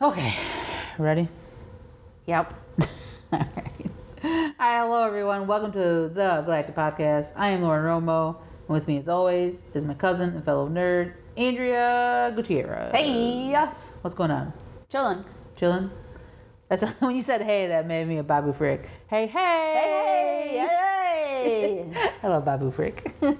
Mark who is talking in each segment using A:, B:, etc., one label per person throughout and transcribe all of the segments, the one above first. A: Okay, ready?
B: Yep.
A: All right. Hi, hello everyone. Welcome to the Galactic Podcast. I am Lauren Romo, and with me, as always, is my cousin and fellow nerd, Andrea Gutierrez.
B: Hey,
A: what's going on?
B: chillin'.
A: Chilling? That's when you said "Hey," that made me a Babu Frick. Hey, hey,
B: Hey, hey.
A: I love Babu Frick. All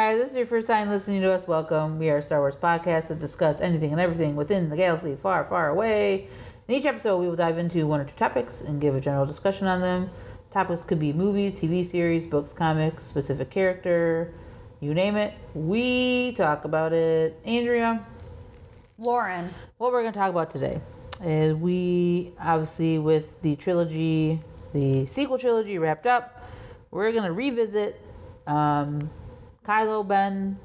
A: right, this is your first time listening to us. Welcome. We are a Star Wars podcast that discuss anything and everything within the galaxy far, far away. In each episode, we will dive into one or two topics and give a general discussion on them. Topics could be movies, TV series, books, comics, specific character, you name it. We talk about it. Andrea,
B: Lauren.
A: what we're going to talk about today is we obviously with the trilogy the sequel trilogy wrapped up we're going to revisit um, kylo ben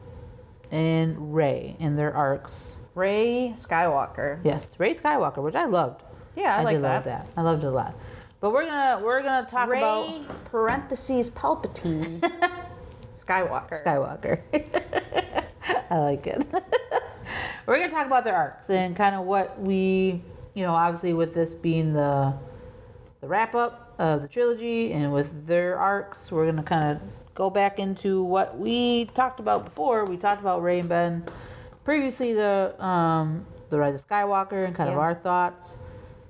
A: and ray and their arcs
B: Ray Skywalker.
A: yes ray skywalker which i loved
B: Yeah, I, like
A: did love
B: that.
A: that i loved it a lot but we're gonna we're gonna talk
B: Ray
A: about
B: parentheses Palpatine Skywalker.
A: Skywalker. I like it. We're gonna talk about their arcs and kind of what we, you know, obviously with this being the the wrap up of the trilogy and with their arcs, we're gonna kind of go back into what we talked about before. We talked about Ray and Ben previously, the um, the rise of Skywalker and kind of
B: Yeah.
A: our thoughts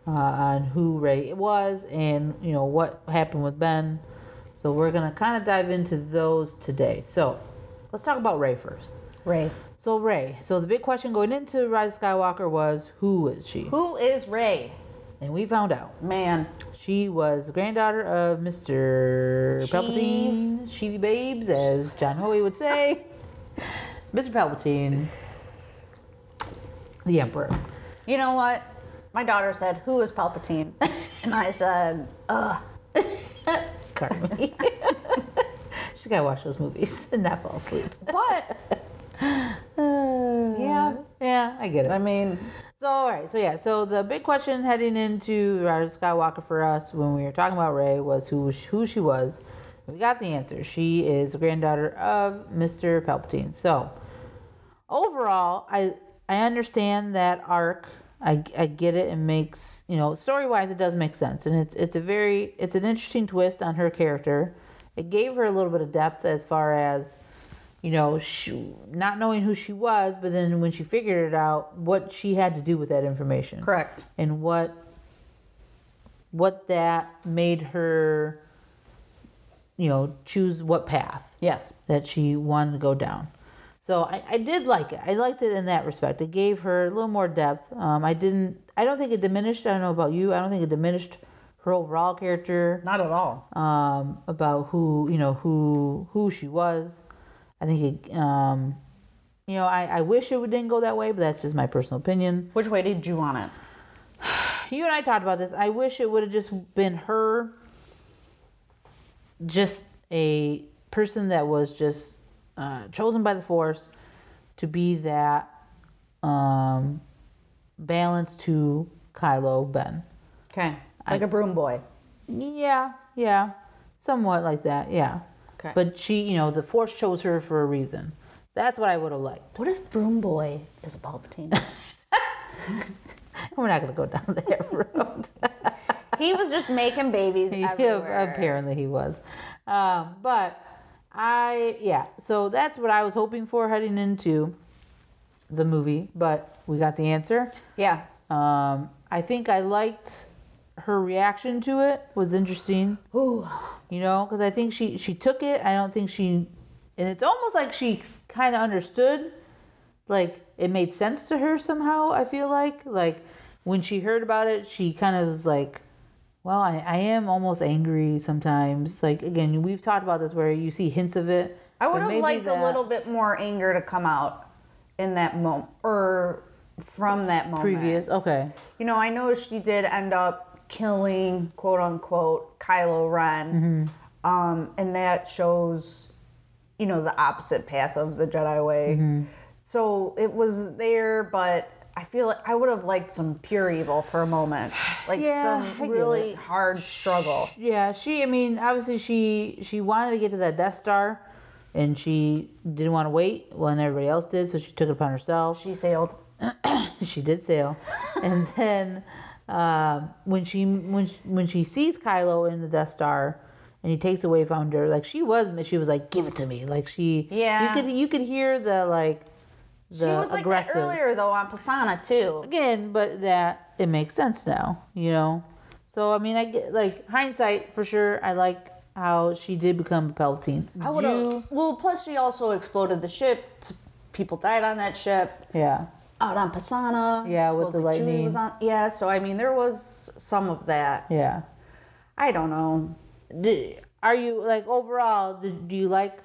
A: uh, on who Ray was and you know what happened with Ben. So we're gonna kind of dive into those today. So let's talk about Ray first.
B: Ray.
A: So Ray. So the big question going into Rise of Skywalker was who is she?
B: Who is Ray?
A: And we found out
B: Man.
A: she was the granddaughter of Mr. Palpatine, Sheevy Babes, as John Hoey would say. Mr. Palpatine, the Emperor.
B: You know what? My daughter said, "Who is Palpatine?" and I said, "Ugh."
A: Carmen. She's gotta watch those movies and not fall asleep.
B: But
A: yeah, yeah, I get it.
B: I mean,
A: So, all right. So, yeah. So, the big question heading into Rise of Skywalker for us when we were talking about Rey was who sh- who she was. We got the answer. She is the granddaughter of Mr. Palpatine. So, overall, I I understand that arc. I, I get it. It makes you know story wise, it does make sense, and it's it's a very it's an interesting twist on her character. It gave her a little bit of depth as far as you know she, not knowing who she was, but then when she figured it out, what she had to do with that information
B: correct.
A: and what what that made her you know choose what path
B: Yes.
A: that she wanted to go down. So I, I did like it. I liked it in that respect. It gave her a little more depth. Um, I didn't. I don't think it diminished. I don't know about you. I don't think it diminished her overall character
B: Not at all.
A: um, about who you know who who she was. I think it. Um, you know, I, I wish it would- didn't go that way, but that's just my personal opinion.
B: Which way did you want it?
A: You and I talked about this. I wish it would have just been her, just a person that was just uh, chosen by the Force to be that um, balance to Kylo Ben.
B: Okay. Like a broom boy.
A: Yeah, yeah, somewhat like that. Yeah,
B: Okay.
A: but she, you know, the Force chose her for a reason. That's what I would have liked.
B: What if broom boy is Palpatine?
A: We're not gonna go down that road.
B: He was just making babies
A: Yeah,
B: everywhere.
A: apparently he was. Um, but I, yeah, so that's what I was hoping for heading into the movie, but we got the answer.
B: Yeah.
A: Um, I think I liked her reaction to it was interesting,
B: Ooh.
A: you know, because I think she she took it. I don't think she, and it's almost like she kind of understood, like it made sense to her somehow. I feel like like when she heard about it, she kind of was like, well, I, I am almost angry sometimes. Like again, we've talked about this where you see hints of it.
B: I
A: but
B: would have
A: maybe
B: liked a
A: that
B: little bit more anger to come out in that moment or from that moment.
A: previous. Okay,
B: You know, I know she did end up killing, quote unquote, Kylo
A: Mm-hmm.
B: Ren. Um, and that shows, you know, the opposite path of the Jedi way.
A: Mm-hmm.
B: So it was there, but I feel like I would have liked some pure evil for a moment. Like
A: Yeah, I
B: some
A: get
B: really
A: it.
B: hard struggle.
A: Yeah, she. I mean, obviously, she she wanted to get to that Death Star, and she didn't want to wait when everybody else did, so she took it upon herself.
B: She sailed.
A: she did sail, and then um, when she when she, when she sees Kylo in the Death Star, and he takes away from her, like she was, she was like, "Give it to me!" Like she,
B: Yeah.
A: you could you could hear the like the
B: she was like
A: aggressive
B: that earlier though on Pisana too.
A: again, but that it makes sense now, you know. So I mean, I get like hindsight for sure. I like how she did become a Palpatine.
B: I would
A: You-
B: have. Well, plus she also exploded the ship. T- People died on that ship.
A: yeah,
B: Out on Pisana.
A: Yeah, with the
B: supposedly Chewie
A: lightning.
B: Was on, yeah, so I mean, there was some of that.
A: yeah.
B: I don't know.
A: D are you like overall? Do, do you like?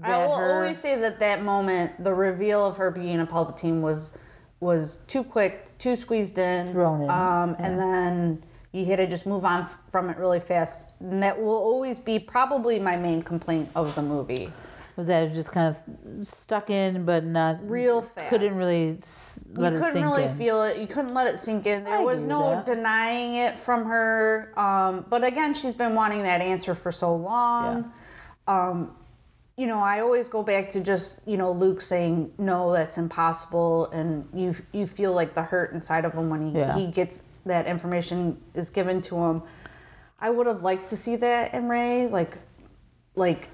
B: I
A: that
B: will
A: her-
B: always say that that moment, the reveal of her being a Palpatine was was too quick, too squeezed in.
A: Thrown in,
B: Um, And then you had to just move on f- from it really fast. And that will always be probably my main complaint of the movie.
A: was that it was just kind of stuck in, but not
B: Real
A: Couldn't
B: fast.
A: really s- let
B: you
A: it
B: couldn't
A: sink
B: really
A: in.
B: feel it. You couldn't let it sink in. There
A: I
B: was
A: agree
B: no
A: with that.
B: denying it from her. Um, but again, she's been wanting that answer for so long. Um, you know, I always go back to just you know Luke saying no, that's impossible, and you you feel like the hurt inside of him when he
A: Yeah.
B: he gets that information is given to him. I would have liked to see that in Ray, like, like,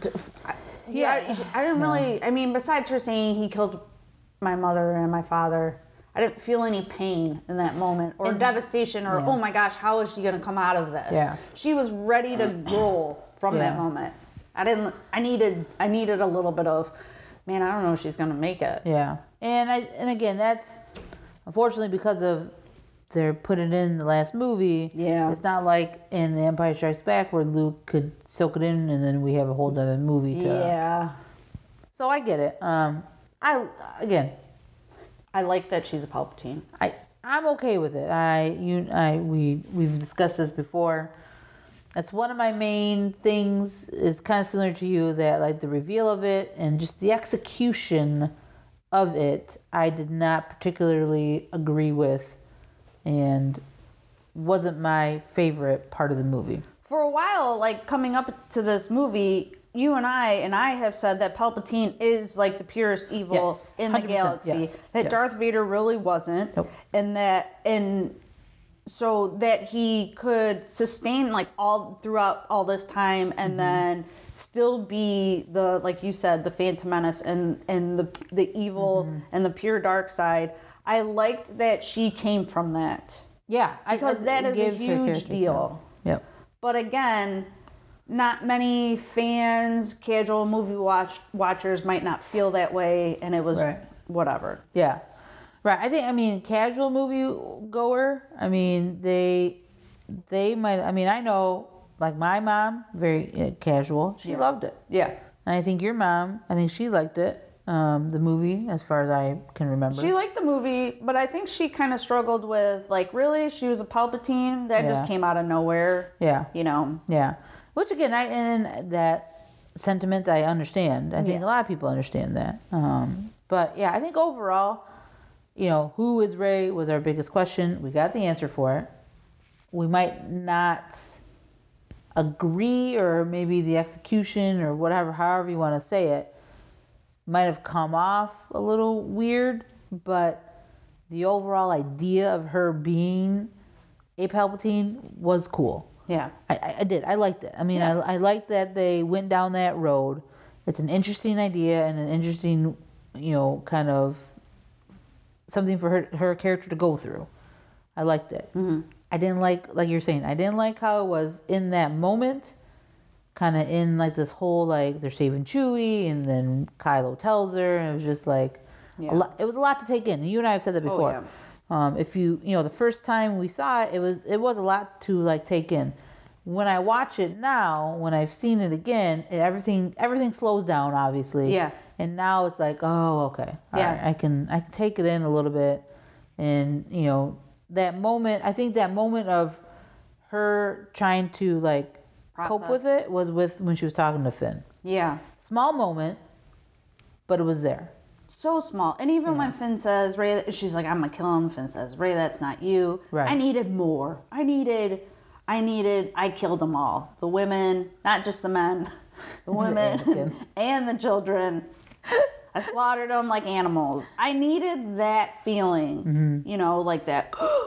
B: d- I- yeah.
A: Yeah.
B: I, didn't really. I mean, besides her saying he killed my mother and my father, I didn't feel any pain in that moment or devastation or
A: yeah.
B: oh my gosh, how is she gonna come out of this?
A: Yeah.
B: She was ready to roll from that
A: Yeah.
B: moment. I didn't. I needed. I needed a little bit of, man. I don't know if she's gonna make it.
A: Yeah, and I and again that's unfortunately because of they're putting in the last movie.
B: Yeah.
A: it's not like in The Empire Strikes Back where Luke could soak it in, and then we have a whole other movie. To,
B: yeah.
A: So I get it. Um, I again,
B: I like that she's a Palpatine.
A: I I'm okay with it. I you I we we've discussed this before. That's one of my main things. Is kind of similar to you that like the reveal of it and just the execution of it. I did not particularly agree with, and wasn't my favorite part of the movie.
B: for a while, like coming up to this movie, you and I and I have said that Palpatine is like the purest evil
A: Yes,
B: in the
A: 100%,
B: galaxy.
A: yes,
B: That
A: yes.
B: Darth Vader really wasn't,
A: Nope.
B: and that and so that he could sustain like all throughout all this time,
A: Mm-hmm.
B: and then still be the like you said, the Phantom Menace and and the the evil
A: Mm-hmm.
B: and the pure dark side. I liked that she came from that
A: Yeah, I-
B: Because
A: I-
B: that
A: it
B: is a
A: gives her
B: huge
A: character, yeah.
B: deal.
A: Yep.
B: but again, not many fans, casual movie watch watchers might not feel that way, and it was
A: Right.
B: whatever.
A: Yeah. Right. I think I mean casual movie goer, I mean they they might I mean I know like my mom very uh, casual. She loved it.
B: Yeah,
A: And I think your mom, I think she liked it. Um, the movie as far as I can remember.
B: she liked the movie, but I think she kind of struggled with like, really, she was a Palpatine that just
A: Yeah.
B: came out of nowhere.
A: yeah.
B: You know,
A: Yeah. Which again, I and that sentiment I understand. I think
B: Yeah.
A: a lot of people understand that. Um, but yeah, I think overall, you know, who is Ray was our biggest question. We got the answer for it. We might not agree, or maybe the execution, or whatever, however you want to say it, might have come off a little weird, but the overall idea of her being a Palpatine was cool.
B: yeah,
A: I- I, I did. I liked it. I mean, I, I liked that they went down that road. It's an interesting idea and an interesting, you know, kind of something for her, her character to go through. I liked it.
B: Mm-hmm.
A: I didn't like, like you're saying, I didn't like how it was in that moment, kind of in like this whole like they're saving Chewie and then Kylo tells her, and it was just like,
B: Yeah. Oh,
A: a lot, it was a lot to take in. And you and I have said that before.
B: yeah.
A: Um, if you you know the first time we saw it, it was it was a lot to like take in. When I watch it now, when I've seen it again, it, everything everything slows down obviously.
B: Yeah.
A: And now it's like, oh, okay, all
B: Yeah.
A: right, I can I can take it in a little bit, and you know that moment. I think that moment of her trying to like cope
B: Process.
A: with it was with when she was talking to Finn.
B: yeah.
A: Small moment, but it was there.
B: So small, and even when Finn says Ray, she's like, "I'm gonna kill him." Finn says, "Ray, that's not you."
A: Right.
B: I needed more. I needed, I needed. I killed them all. The women, not just the men, the women
A: Anakin.
B: and the children. I slaughtered them like animals. I needed that feeling,
A: Mm-hmm.
B: you know, like that.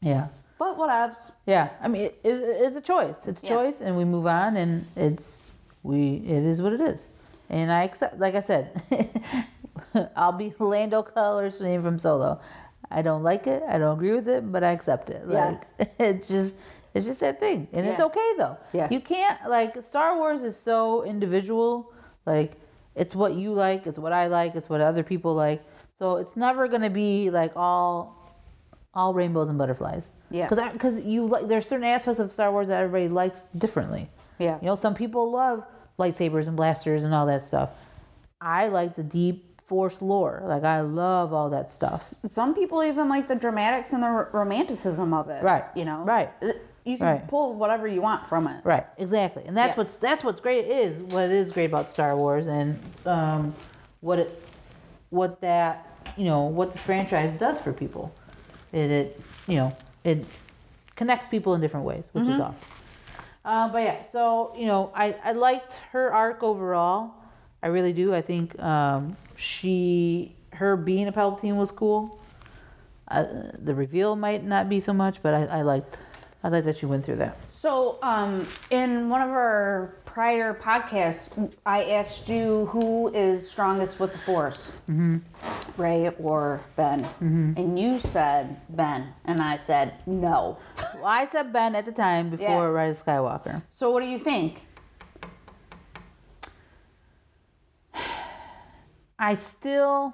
A: Yeah.
B: but whatevs.
A: Yeah. I mean, it, it, it's a choice. It's a
B: Yeah.
A: choice, and we move on, and it's we. It is what it is, and I accept. Like I said, I'll be Lando Calrissian from Solo. I don't like it. I don't agree with it, but I accept it.
B: Yeah.
A: Like it's just. It's just that thing, and it's
B: Yeah.
A: okay though.
B: Yeah.
A: You can't like Star Wars is so individual. Like it's what you like, it's what I like, it's what other people like. So it's never gonna be like all all rainbows and butterflies.
B: Yeah.
A: Because because you like there's certain aspects of Star Wars that everybody likes differently.
B: Yeah.
A: You know, some people love lightsabers and blasters and all that stuff. I like the deep force lore. Like I love all that stuff.
B: Some people even like the dramatics and the r- romanticism of it.
A: Right.
B: You know.
A: Right.
B: It- You can
A: Right.
B: pull whatever you want from it.
A: Right. Exactly. And that's
B: Yeah.
A: what's that's what's great is what is great about Star Wars and um, what it what that you know what this franchise does for people. It it you know it connects people in different ways, which is awesome. Uh, but yeah, so you know, I, I liked her arc overall. I really do. I think um, she her being a Palpatine was cool. Uh, the reveal might not be so much, but I, I liked I liked that she went through that.
B: So, um, in one of our prior podcasts, I asked you who is strongest with the Force, mm-hmm. Ray or Ben,
A: Mm-hmm.
B: and you said Ben, and I said no.
A: Well, I said Ben at the time before
B: Yeah.
A: Rise of Skywalker.
B: So, what do you think?
A: I still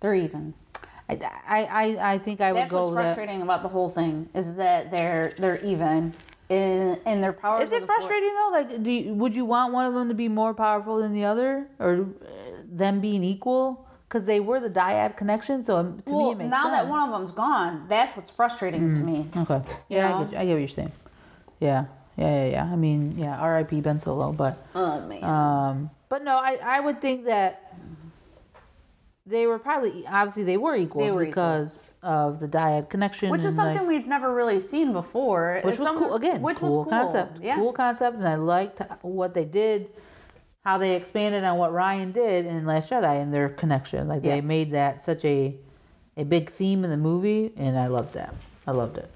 B: They're even.
A: I I, I, I think I would
B: That's
A: go
B: what's
A: with that.
B: frustrating about the whole thing is that they're they're even in in their powers.
A: Is
B: of
A: it
B: the Force-
A: frustrating though? Like, do you, would you want one of them to be more powerful than the other, or uh, them being equal? Because they were the dyad connection, so um, to
B: Well,
A: me it makes
B: now
A: sense. Mm.
B: that one of them's gone, that's what's frustrating to me.
A: Okay. Yeah, I,
B: know?
A: get, you- I get what you're saying. Yeah. Yeah, yeah, yeah. I mean, yeah, R.I.P. Ben Solo, but,
B: Oh man.
A: um, but no, I, I would think that they were probably obviously they were equals
B: were
A: because of the dyad connection,
B: which is
A: and, like,
B: something we've never really seen before.
A: which
B: It's
A: was
B: some-
A: cool again.
B: Which
A: cool
B: was cool.
A: concept.
B: Yeah.
A: Cool concept, and I liked what they did, how they expanded on what Ryan did in Last Jedi and their connection. Like they
B: Yeah.
A: made that such a a big theme in the movie, and I loved that. I loved it.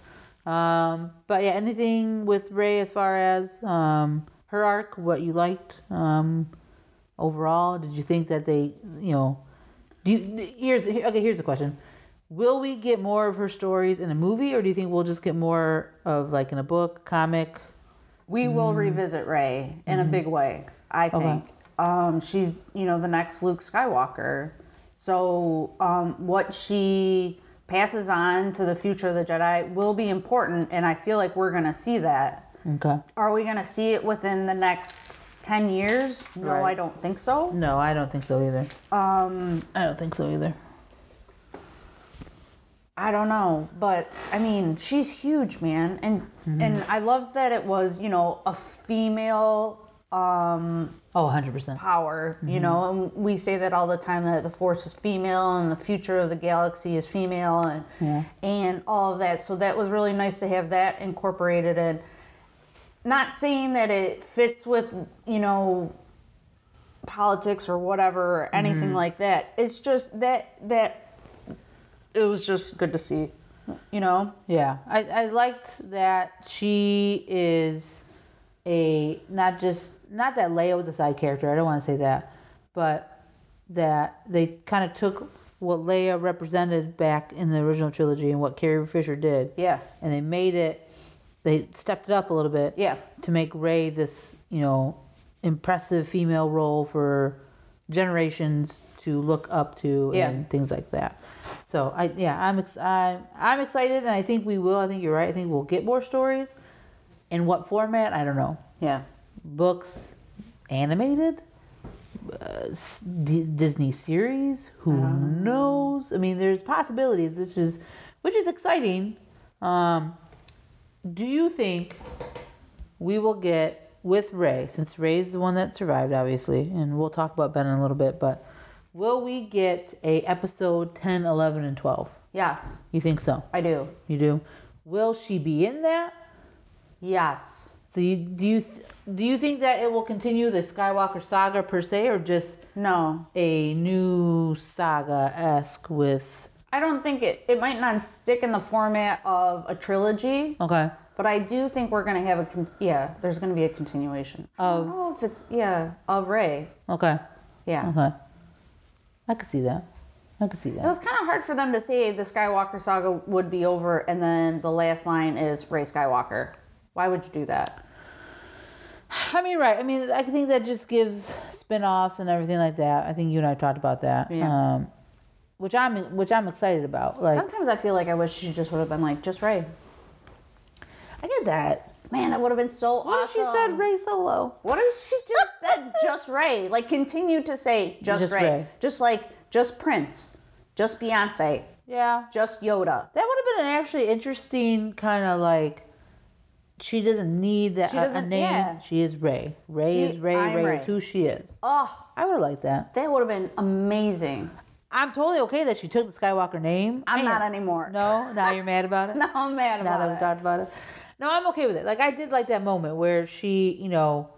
A: Um, but yeah, anything with Ray as far as um, her arc, what you liked um, overall? Did you think that they, you know, do you, here's here- okay. Here's a question: Will we get more of her stories in a movie, or do you think we'll just get more of like in a book, comic?
B: We
A: Mm-hmm.
B: will revisit Ray in a big way, I think. Um, she's, you know, the next Luke Skywalker. So, um, what she passes on to the future of the Jedi will be important, and I feel like we're going to see that.
A: Okay.
B: Are we going to see it within the next 10 years? No,
A: Right.
B: I don't think so.
A: No, I don't think so either.
B: Um,
A: I don't think so either.
B: I don't know, but I mean, she's huge, man, and and I love that it was, you know, a female um
A: Oh, 100 percent.
B: power, you know, and we say that all the time that the force is female and the future of the galaxy is female and and all of that. So that was really nice to have that incorporated in. Not saying that it fits with, you know, politics or whatever or anything like that. It's just that that it was just good to see. You know?
A: Yeah, I, I liked that she is a not just not that Leia was a side character. I don't want to say that, but that they kind of took what Leia represented back in the original trilogy and what Carrie Fisher did.
B: Yeah.
A: and they made it. They stepped it up a little bit.
B: Yeah.
A: to make Ray this you know impressive female role for generations to look up to
B: Yeah.
A: and things like that. So I yeah I'm ex- I'm, I'm excited and I think we will. I think you're right. I think we'll get more stories. In what format? I don't know.
B: Yeah.
A: Books, animated, uh, s- D- Disney series. Who knows? I mean, there's possibilities. Which is which is exciting. Um, do you think we will get with Ray, since Ray's the one that survived, obviously, and we'll talk about Ben in a little bit, but will we get a episode 10, 11, and 12?
B: Yes,
A: You think so?
B: I do.
A: You do? Will she be in that?
B: Yes.
A: So you do you th- do you think that it will continue the Skywalker saga per se, or just
B: No,
A: a new saga esque with?
B: I don't think it. It might not stick in the format of a trilogy,
A: Okay.
B: but I do think we're gonna have a con- yeah. There's gonna be a continuation. I don't know if it's yeah of Ray.
A: Okay.
B: Yeah.
A: Okay. I could see that. I could see
B: It
A: that.
B: was kind of hard for them to say the Skywalker saga would be over, and then the last line is Ray Skywalker. Why would you do that?
A: I mean, right. I mean, I think that just gives spin offs and everything like that. I think you and I talked about that.
B: Yeah.
A: Um, which I'm which I'm excited about. Like
B: Sometimes I feel like I wish she just would have been like, just Ray.
A: I get that.
B: Man, that would have been so
A: What if
B: awesome.
A: she said Ray Solo?
B: What if she just said just Ray? Like continue to say just,
A: Just
B: Ray.
A: Ray.
B: Just like just Prince, just Beyonce,
A: Yeah.
B: just Yoda.
A: That would have been an actually interesting kind of like. She doesn't need that
B: She
A: a- a
B: doesn't-
A: name.
B: yeah.
A: She is Ray. Ray
B: She-
A: is Ray.
B: I'm
A: Ray,
B: Rey.
A: is who she is.
B: Oh,
A: I would have liked that.
B: that would have been amazing.
A: I'm totally okay that she took the Skywalker name.
B: I'm not
A: Man.
B: anymore.
A: No, now you're mad about it.
B: now I'm mad
A: now
B: about
A: that we
B: it.
A: talked about it. No, I'm okay with it. Like I did like that moment where she, you know,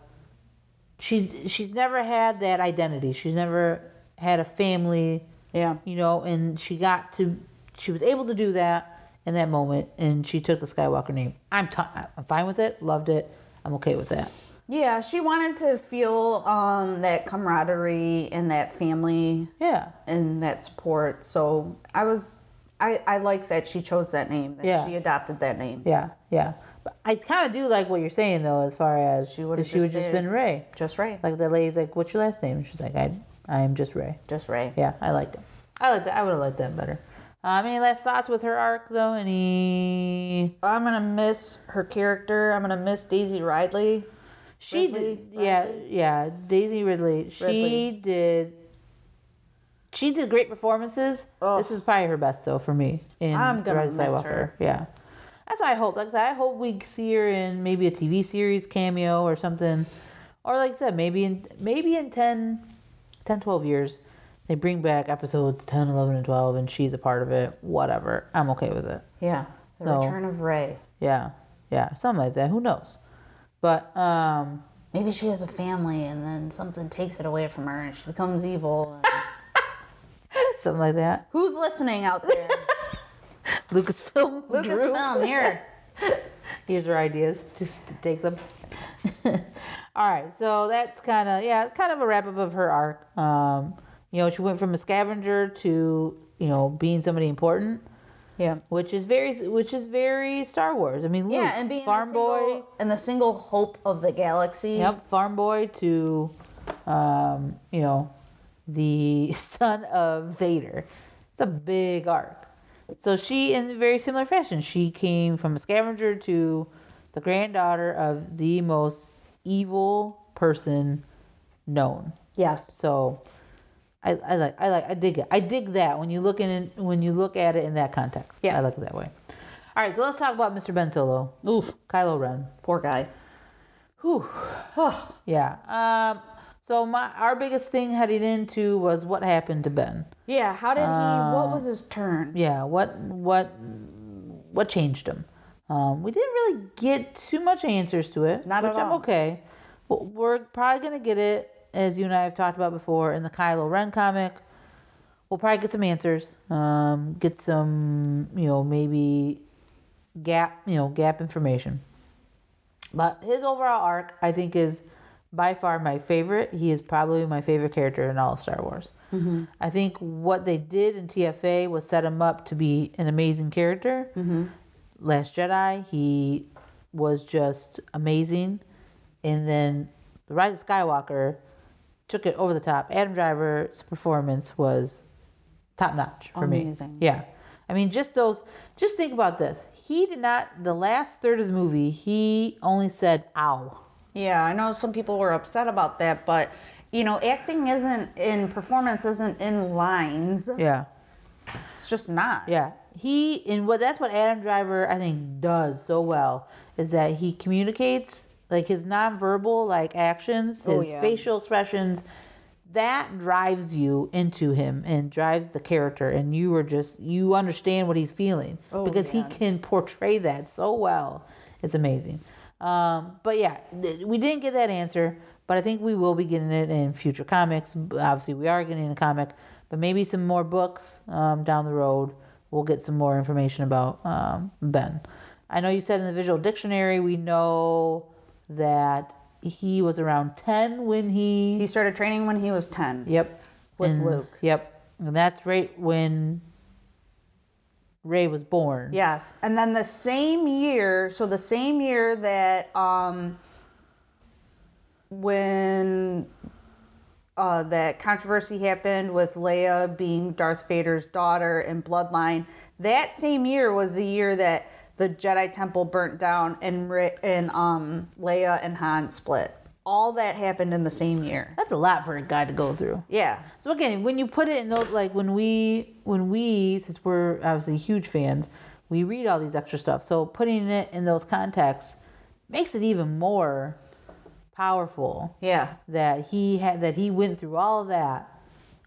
A: she's she's never had that identity. She's never had a family,
B: Yeah.
A: you know, and she got to she was able to do that in that moment, and she took the Skywalker name. I'm t- I'm fine with it. Loved it. I'm okay with that.
B: Yeah, she wanted to feel um, that camaraderie and that family
A: Yeah.
B: and that support. So I was, I, I liked that she chose that name, that
A: Yeah.
B: she adopted that name.
A: Yeah. Yeah. But I kind of do like what you're saying though, as far as she would
B: would've
A: she would
B: just
A: just
B: said-
A: been Ray.
B: Just Ray.
A: Like the lady's like, "What's your last name?" And she's like, "I I am just Ray."
B: Just Ray.
A: Yeah, I liked it. I liked that. I would have liked that better. Um, any last thoughts with her arc though? Any?
C: I'm gonna miss her character. I'm gonna miss Daisy Ridley.
A: She
C: Ridley?
A: did. Yeah, yeah. Daisy Ridley. She
C: Ridley.
A: did. She did great performances.
C: Ugh.
A: This is probably her best though for me. In
C: Oh. I'm
A: The
C: gonna
A: Rise of
C: miss
A: Skywalker.
C: her.
A: Yeah, that's what I hope. Like I said, I hope we see her in maybe a TV series cameo or something, or like I said, maybe in maybe in 10, 10 12 years. They bring back episodes 10, 11, and 12, and she's a part of it. Whatever. I'm okay with it.
C: Yeah. The
A: No.
C: Return of Ray.
A: Yeah, yeah, something like that. Who knows? But um,
B: Maybe she has a family and then something takes it away from her and she becomes evil.
A: something like that.
B: Who's listening out there?
A: Lucasfilm. Drew,
B: Lucasfilm, here.
A: Here's your ideas, just to take them. All right, so that's kind of yeah, it's kind of a wrap up of her arc. Um, you know, she went from a scavenger to you know being somebody important,
B: Yeah.
A: which is very which is very Star Wars. I mean, Luke,
B: Yeah, and being
A: farm
B: the
A: boy.
B: single, and the single hope of the galaxy.
A: Yep, farm boy to, um, you know, the son of Vader. It's a big arc. So she, in very similar fashion, she came from a scavenger to the granddaughter of the most evil person known.
C: Yes.
A: So, I, I like, I like, I dig it. I dig that when you look in, when you look at it in that context.
B: Yeah.
A: I like it that way. All right, so let's talk about Mr. Ben Solo,
B: Oof,
A: Kylo Ren.
B: poor guy.
A: Whew. yeah. Um, so my our biggest thing heading into was what happened to Ben.
C: Yeah. How did he? what was his turn?
A: Yeah. What what what changed him? Um, we didn't really get too much answers to it.
C: Not
A: which
C: at
A: I'm
C: all.
A: okay. Well, We're probably gonna get it as you and I have talked about before in the Kylo Ren comic. We'll probably get some answers. Um, get some you know maybe gap you know gap information. But his overall arc, I think, is by far my favorite. He is probably my favorite character in all of Star Wars. I think what they did in TFA was set him up to be an amazing character. Last Jedi, he was just amazing. And then The Rise of Skywalker took it over the top. Adam Driver's performance was top notch for
B: Amazing.
A: me. Yeah. I mean, just those, just think about this. He did not, the last third of the movie, he only said, ow.
B: Yeah, I know some people were upset about that, but you know, acting isn't in performance isn't in lines.
A: Yeah.
B: It's just not.
A: Yeah. He and what that's what Adam Driver I think does so well is that he communicates like his nonverbal like actions, his
B: Oh, yeah.
A: facial expressions that drives you into him and drives the character and you are just you
B: Oh,
A: understand what he's feeling because he
B: yeah.
A: can portray that so well. It's amazing. Um, but yeah, th- we didn't get that answer, but I think we will be getting it in future comics. Obviously, we are getting a comic, but maybe some more books um, down the road. We'll get some more information about um, Ben. I know you said in the visual dictionary, we know that he was around 10 when he.
B: He started training when he was 10.
A: Yep.
B: With Luke.
A: Yep. And that's right when Ray was born.
B: Yes. And then the same year, so the same year that um when uh, that controversy happened with Leia being Darth Vader's daughter in Bloodline. That same year was the year that the Jedi Temple burnt down and Ri- and um, Leia and Han split. All that happened in the same year.
A: That's a lot for a guy to go through.
B: Yeah.
A: So again, when you put it in those, like when we, when we, since we're obviously huge fans, we read all these extra stuff. So putting it in those contexts makes it even more powerful
B: Yeah.
A: that he had, that he went through all of that,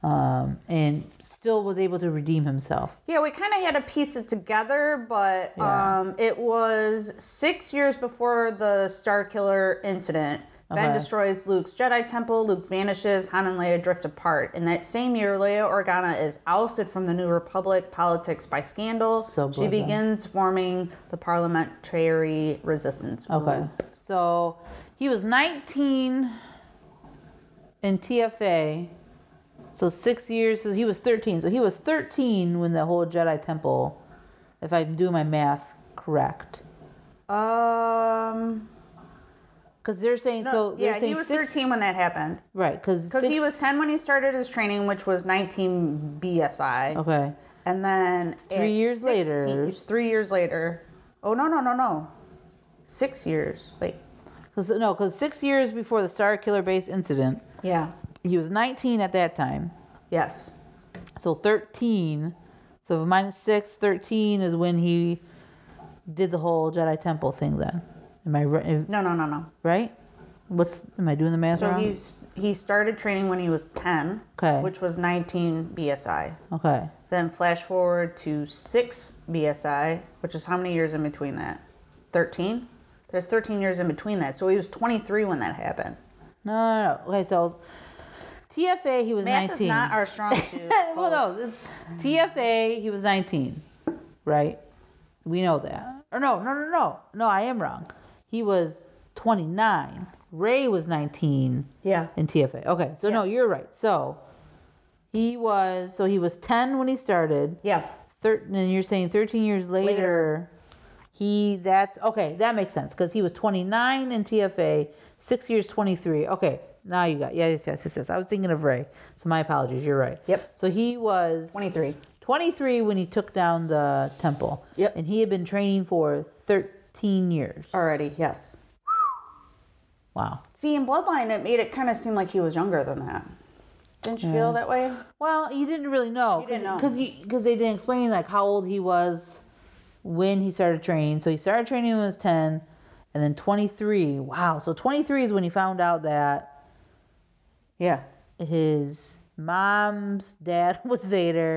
A: um, and still was able to redeem himself.
B: Yeah, we kind of had to piece it together, but
A: Yeah.
B: um, it was six years before the Star Killer incident. Ben
A: Okay.
B: destroys Luke's Jedi Temple, Luke vanishes, Han and Leia drift apart. In that same year, Leia Organa is ousted from the New Republic politics by scandal.
A: So
B: she
A: bloodline.
B: begins forming the Parliamentary Resistance Group.
A: Okay. Um, So he was 19 in TFA. So six years. So he was 13. So he was 13 when the whole Jedi Temple, if I'm doing my math correct.
B: Um,
A: Because they're saying,
B: no,
A: so they're
B: yeah,
A: saying
B: he was
A: six-
B: 13 when that happened.
A: Right. Because
B: Because he was 10 when he started his training, which was 19 BSI.
A: Okay.
B: And then three
A: years later-
B: Three years later. Oh no no no no, six years. Wait.
A: Cause, no, because six years before the Star Killer Base incident,
B: Yeah.
A: he was 19 at that time.
B: Yes.
A: So 13. So minus 6, 13 is when he did the whole Jedi Temple thing then. Am I right?
B: No no no no.
A: right? What's am I doing the math
B: So
A: wrong?
B: he's he started training when he was ten.
A: 'Kay.
B: Which was nineteen BSI.
A: okay.
B: Then flash forward to six BSI, which is how many years in between that? Thirteen. There's thirteen years in between that. So he was twenty three when that happened.
A: No, no, no. Okay, so TFA he was
B: Math
A: nineteen.
B: is not our strong suit.
A: well, no,
B: folks.
A: this- TFA he was nineteen, right? We know that. Or no, no, no, no, no. I am wrong. He was twenty nine. Ray was nineteen.
C: Yeah.
A: In TFA. Okay, so no, you're right. So he was so he was ten when he started.
C: Yeah.
A: thirteen and you're saying 13 years later, he that's okay that makes sense because he was 29 in tfa six years 23 okay now you got yeah yes yes yes yes i was thinking of ray so my apologies you're right
C: Yep.
A: so he was
C: 23.
A: 23 when he took down the temple
C: Yep.
A: and he had been training for 13 years
C: Already. Yes.
A: wow
B: See, in Bloodline, it made it kind of seem like he was younger than that. Didn't you feel that way?
A: Well, you didn't really know
B: didn't know.
A: because they didn't explain like how old he was when he started training. So he started training when he was ten, and then twenty three. Wow, so twenty three is when he found out that
C: Yeah.
A: his mom's dad was Vader.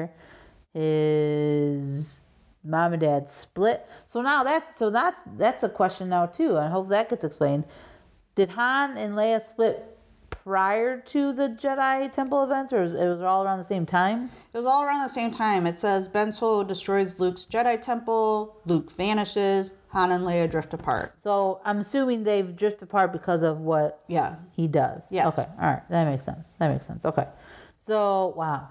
A: His mom and dad split. So now that's so that's that's a question now too, and I hope that gets explained. Did Han and Leia split? Prior to the Jedi Temple events, or it was all around the same time?
B: It was all around the same time. It says Ben Solo destroys Luke's Jedi Temple, Luke vanishes, Han and Leia drift apart.
A: So I'm assuming they've drifted apart because of what
C: Yeah.
A: he does.
C: Yes.
A: Okay. All right. That makes sense. That makes sense. Okay. So wow.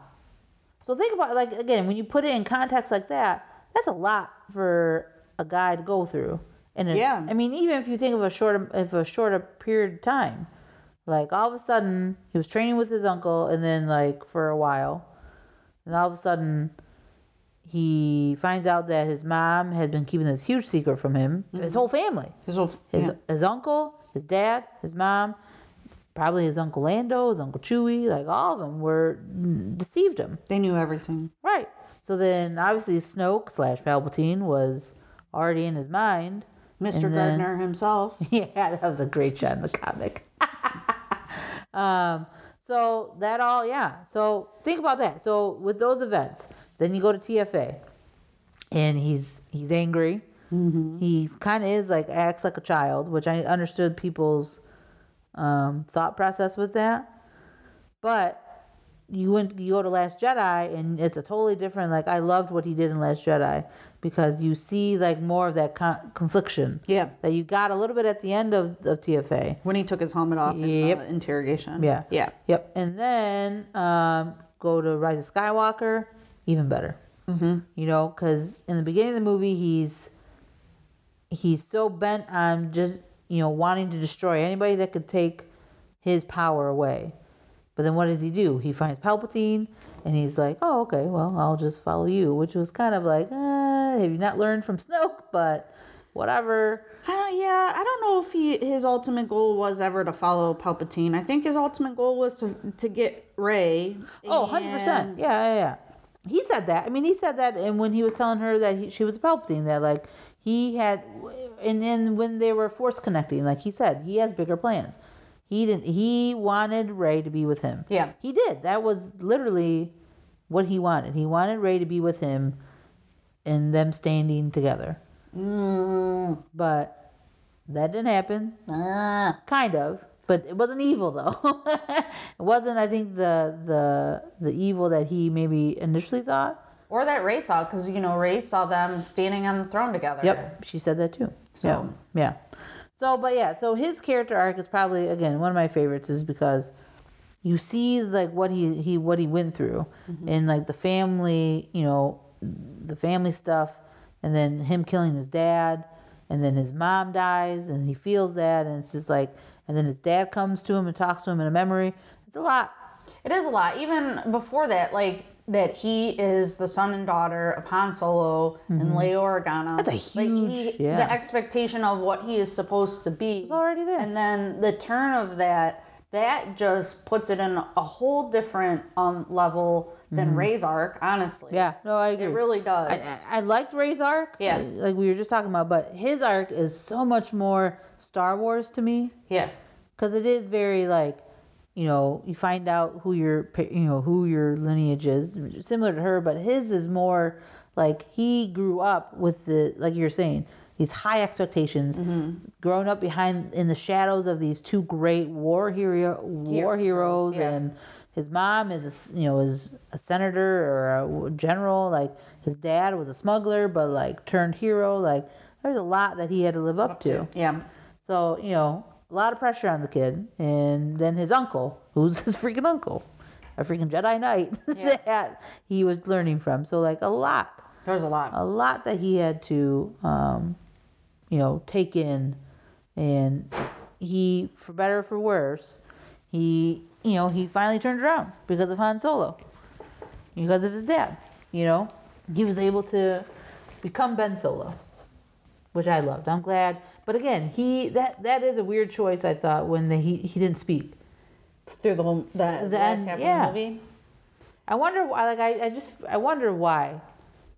A: So think about like again when you put it in context like that, that's a lot for a guy to go through. And it-
B: Yeah.
A: I mean, even if you think of a shorter if a shorter period of time, like all of a sudden he was training with his uncle, and then like for a while, and all of a sudden he finds out that his mom had been keeping this huge secret from him, his whole family
B: His old-
A: his
B: yeah.
A: his uncle, his dad, his mom, probably his uncle Lando, his uncle Chewie, like all of them were deceived him.
B: They knew everything.
A: Right. So then obviously Snoke slash Palpatine was already in his mind.
B: Mr.
A: and then-
B: Gardner himself.
A: yeah, that was a great shot in the comic. um, so that all, yeah. So think about that. So with those events, then you go to TFA, and he's he's angry. He kind of is like acts like a child, which I understood people's um, thought process with that. But you went you go to Last Jedi and it's a totally different. Like I loved what he did in Last Jedi because you see like more of that con- confliction.
B: Yeah.
A: that you got a little bit at the end of, of TFA.
B: When he took his helmet off
A: Yep.
B: in the interrogation.
A: Yeah.
B: Yeah.
A: Yep. And then um, go to Rise of Skywalker, even better. Mm-hmm. You know, because in the beginning of the movie, he's he's so bent on just you know wanting to destroy anybody that could take his power away. But then what does he do? He finds Palpatine, and he's like, "Oh, okay, well, I'll just follow you," which was kind of like, uh, "Have you not learned from Snoke?" But whatever.
B: I don't, yeah, I don't know if he his ultimate goal was ever to follow Palpatine. I think his ultimate goal was to to get Ray.
A: Oh, 100%. Yeah, yeah, yeah. He said that. I mean, he said that and when he was telling her that he, she was a Palpatine, that like he had and then when they were force connecting, like he said, he has bigger plans. He didn't he wanted Ray to be with him.
B: Yeah.
A: He did. That was literally what he wanted. He wanted Ray to be with him and them standing together.
B: mm,
A: But that didn't happen. Kind of, but it wasn't evil though. it wasn't. I think the the the evil that he maybe initially thought.
B: Or that Ray thought, because you know Ray saw them standing on the throne together.
A: Yep, she said that too. So
B: So-
A: yeah, so but yeah, so his character arc is probably again one of my favorites is because you see like what he he what he went through and like the family, you know, the family stuff, and then him killing his dad, and then his mom dies, and he feels that, and it's just like, and then his dad comes to him and talks to him in a memory. It's a lot.
B: It is a lot. Even before that, like that he is the son and daughter of Han Solo and Leia Organa.
A: Mm-hmm. That's a huge- yeah.
B: The expectation of what he is supposed to be is
A: already there.
B: And then the turn of that, that just puts it in a whole different um, level than Ray's arc, honestly.
A: Mm-hmm. Yeah, no, I
B: It
A: agree.
B: really does.
A: I, I- I liked Ray's arc.
B: Yeah.
A: Like, like we were just talking about, but his arc is so much more Star Wars to me
B: yeah.
A: because it is very like, you know, you find out who your pa- you know who your lineage is, similar to her, but his is more like he grew up with the like you're saying these high expectations, growing up behind in the shadows of these two great war hero war heroes
B: yeah.
A: and his mom is a, s- you know is a senator or a w- general like his dad was a smuggler but like turned hero like there's a lot that he had to live up, to.
B: Yeah.
A: so you know a lot of pressure on the kid and then his uncle who's his freaking uncle a freaking jedi knight that he was learning from so like a lot
B: There's a lot.
A: a lot that he had to, um, you know, take in, and he, for better or for worse, he, you know, he finally turned around because of Han Solo, because of his dad. You know, he was able to become Ben Solo, which I loved. I'm glad. But again, he that that is a weird choice. I thought when the, he he didn't speak.
C: through the whole that
A: The
B: Last
A: end-
B: half
A: yeah.
B: of the movie.
A: I wonder why. Like I, I just I wonder why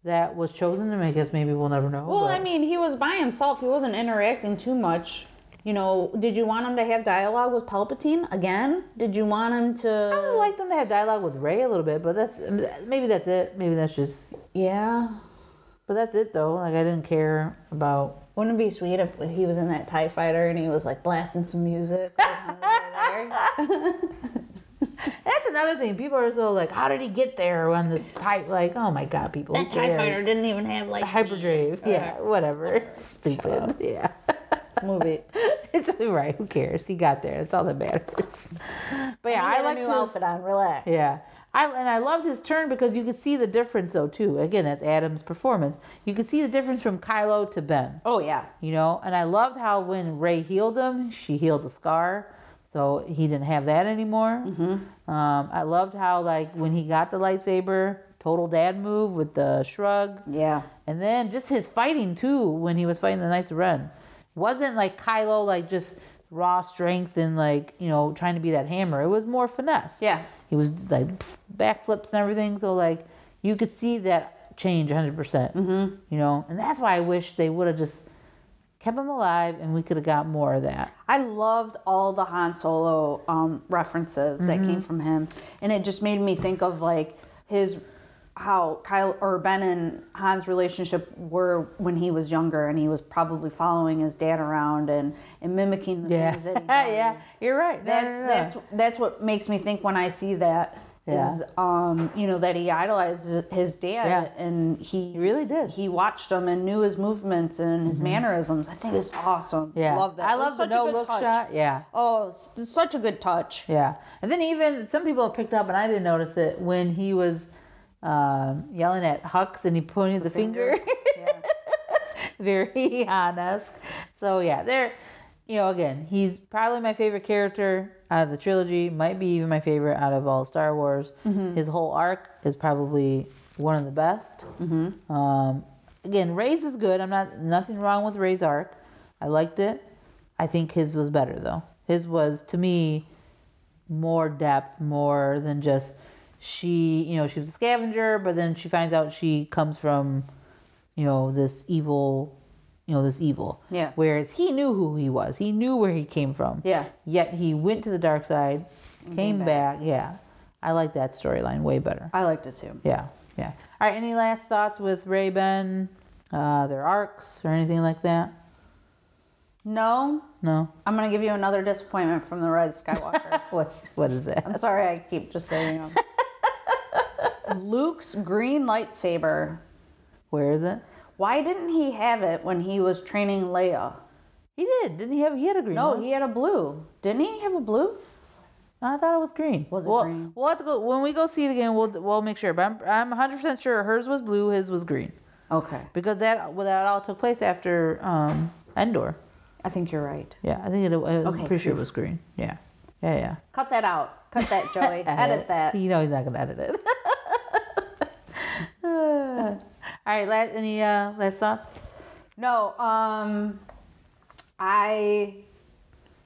A: that was chosen. And I guess maybe we'll never know.
B: Well,
A: but-
B: I mean, he was by himself. He wasn't interacting too much. You know, did you want him to have dialogue with Palpatine again? Did you want him
A: I would
B: to?
A: like them to have dialogue with Ray a little bit, but that's maybe that's it. Maybe that's just,
B: Yeah.
A: but that's it though. Like I didn't care about.
B: Wouldn't it be sweet if he was in that TIE fighter and he was like blasting some music? on his way there?
A: That's another thing. People are so like, how did he get there on this tight? Like, oh my god, people. who
B: that TIE
A: cares?
B: fighter didn't even have like
A: Hyperdrive. Yeah, whatever. Stupid. Yeah.
B: movie.
A: It's right. Who cares? He got there. That's all that matters. But yeah, I
B: I
A: like
B: like a new
A: his.
B: outfit on. Relax.
A: Yeah. I, and I loved his turn because you could see the difference though too. Again, that's Adam's performance. You could see the difference from Kylo to Ben.
B: Oh yeah.
A: you know and i loved how when ray healed him she healed the scar so he didn't have that anymore um, i loved how like when he got the lightsaber total dad move with the shrug
B: Yeah.
A: and then just his fighting too when he was fighting the knights of ren wasn't like kylo like just raw strength and like you know trying to be that hammer it was more finesse
B: Yeah.
A: he was like pff, backflips and everything so like you could see that change 100% percent
B: Mm-hmm.
A: you know and that's why i wish they would have just kept him alive and we could have got more of that
B: I loved all the Han
A: Mm-hmm.
B: Solo um, references that came from him, and it just made me think of like his how Kyle or Ben and Han's relationship were when he was younger, and he was probably following his dad around and, and mimicking the
A: Yeah.
B: things that he does.
A: yeah. You're right. No,
B: That's
A: no, no, no.
B: that's that's what makes me think when I see that is
A: Yeah.
B: um you know that he idolizes his dad
A: Yeah.
B: and he,
A: He really did. Mm-hmm.
B: he watched him and knew his movements and his mannerisms. I think it's awesome.
A: yeah.
B: love that.
A: I
B: It was
A: love the
B: such a
A: no
B: good
A: look
B: touch.
A: shot. Yeah.
B: Oh, it's, it's such a good touch.
A: Yeah, and then even some people have picked up, and I didn't notice it when he was um, yelling at Hux and he pointed the, finger,
B: Yeah.
A: very honest. So yeah, there, you know, again, he's probably my favorite character out of the trilogy. Might be even my favorite out of all Star Wars. His whole arc is probably one of the best. Mm-hmm. Um, again, Ray's is good. I'm not nothing wrong with Ray's arc. I liked it. I think his was better though. His was to me more depth, more than just she, you know, she was a scavenger, but then she finds out she comes from, you know, this evil, you know, this evil.
B: Yeah.
A: Whereas he knew who he was, he knew where he came from.
B: Yeah.
A: Yet he went to the dark side, came back. Yeah. I like that storyline way better.
B: I liked it too.
A: Yeah. Yeah. All right. Any last thoughts with Ray Ben, uh, their arcs or anything like that?
B: No,
A: No.
B: I'm gonna give you another disappointment from the Red Skywalker.
A: What's what is that?
B: I'm sorry, I keep just saying. um, Luke's green lightsaber.
A: Where is it?
B: Why didn't he have it when he was training Leia?
A: He did, didn't he? Have he had a green? one?
B: No, he had a blue. Didn't he have a blue?
A: I thought it was green.
B: Was it
A: we'll,
B: green?
A: We'll have to go when we go see it again. We'll we'll make sure. But I'm I'm 100 percent sure hers was blue. His was green
B: Okay.
A: because that well, that all took place after um, Endor.
B: I think you're right.
A: Yeah, I think it. I'm
B: Okay,
A: pretty sure it was green. Yeah, yeah, yeah.
B: Cut that out. Cut that, Joey. Oh, Edit that.
A: You know he's not gonna edit it. all right. Last any uh, last thoughts?
B: No, um, I,